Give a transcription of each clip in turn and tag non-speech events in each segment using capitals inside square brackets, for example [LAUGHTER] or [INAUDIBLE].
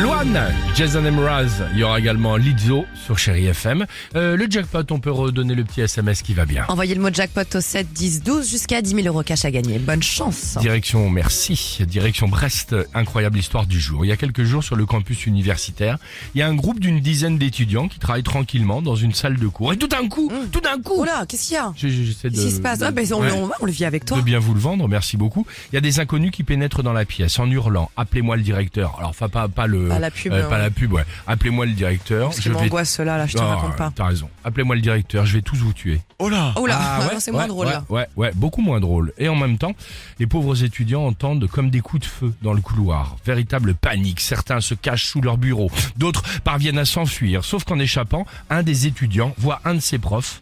Loane, Jason Mraz, il y aura également Lizzo sur Chéri FM. Euh, le jackpot, on peut redonner le petit SMS qui va bien. Envoyez le mot jackpot au 7, 10, 12 jusqu'à 10 000 euros cash à gagner. Bonne chance. Direction, merci, direction Brest, incroyable histoire du jour. Il y a quelques jours sur le campus universitaire, il y a un groupe d'une dizaine d'étudiants qui travaillent tranquillement dans une salle de cours. Et tout d'un coup, tout d'un coup, Oula, qu'est-ce qu'il y a Je- je- j'essaie de- Mmh. Qu'est-ce qui se passe de- ah, ben, on, Ouais. on va, on le vit avec toi. de bien vous le vendre, merci beaucoup. Il y a des inconnus qui pénètrent dans la pièce en hurlant Appelez-moi le directeur. Alors, enfin, pas, pas le. Pas la pub, euh, hein. pas la pub, ouais. Appelez-moi le directeur. Parce que m'angoisse là, là, je te Ah, raconte pas. T'as raison. Appelez-moi le directeur, je vais tous vous tuer. Oh là Oh là, [LAUGHS] Ah, ouais, c'est moins ouais, drôle ouais, là. Ouais, ouais, beaucoup moins drôle. Et en même temps, les pauvres étudiants entendent comme des coups de feu dans le couloir. Véritable panique. Certains se cachent sous leur bureau. D'autres parviennent à s'enfuir. Sauf qu'en échappant, un des étudiants voit un de ses profs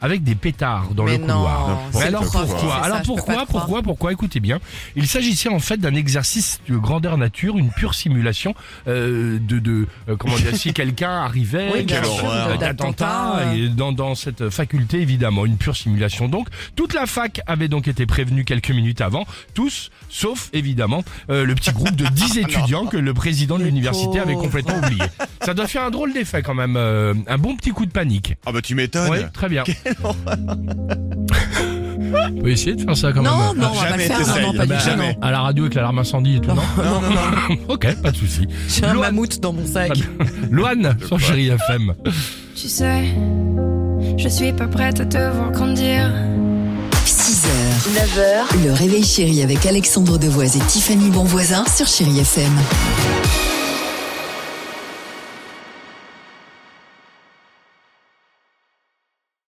avec des pétards dans Mais le couloir. non, Mais c'est alors le prof qui pourquoi fait ça, Alors je peux pas pourquoi te croire. Pourquoi Pourquoi Écoutez bien. Il s'agissait en fait d'un exercice de grandeur nature, une pure simulation euh, de, de euh, comment [LAUGHS] dire si quelqu'un arrivait Oui, bien d'un- sûr, d'un- d'attentat, d'attentat, euh. et dans, dans cette faculté évidemment, une pure simulation. Donc toute la fac avait donc été prévenue quelques minutes avant, tous sauf évidemment euh, le petit groupe de [LAUGHS] 10 étudiants que le président de Les l'université avait pauvres. complètement oublié. Ça doit faire un drôle d'effet quand même, euh, un bon petit coup de panique. Ah bah tu m'étonnes Oui, très bien. On peut essayer de faire ça quand Non, même. Ah, non, on va pas le Jamais faire. Non, non, t'essayes. pas du Bah, tout. jamais. non. À la radio avec l'alarme incendie et tout, non, [LAUGHS] Ok, pas de souci. J'ai un Loan- mammouth dans mon sac. [LAUGHS] Loane sur Chéri FM. Tu sais, je suis pas prête à te voir grandir. 6h, 9h, le réveil chéri avec Alexandre Devoise et Tiffany Bonvoisin sur Chéri FM.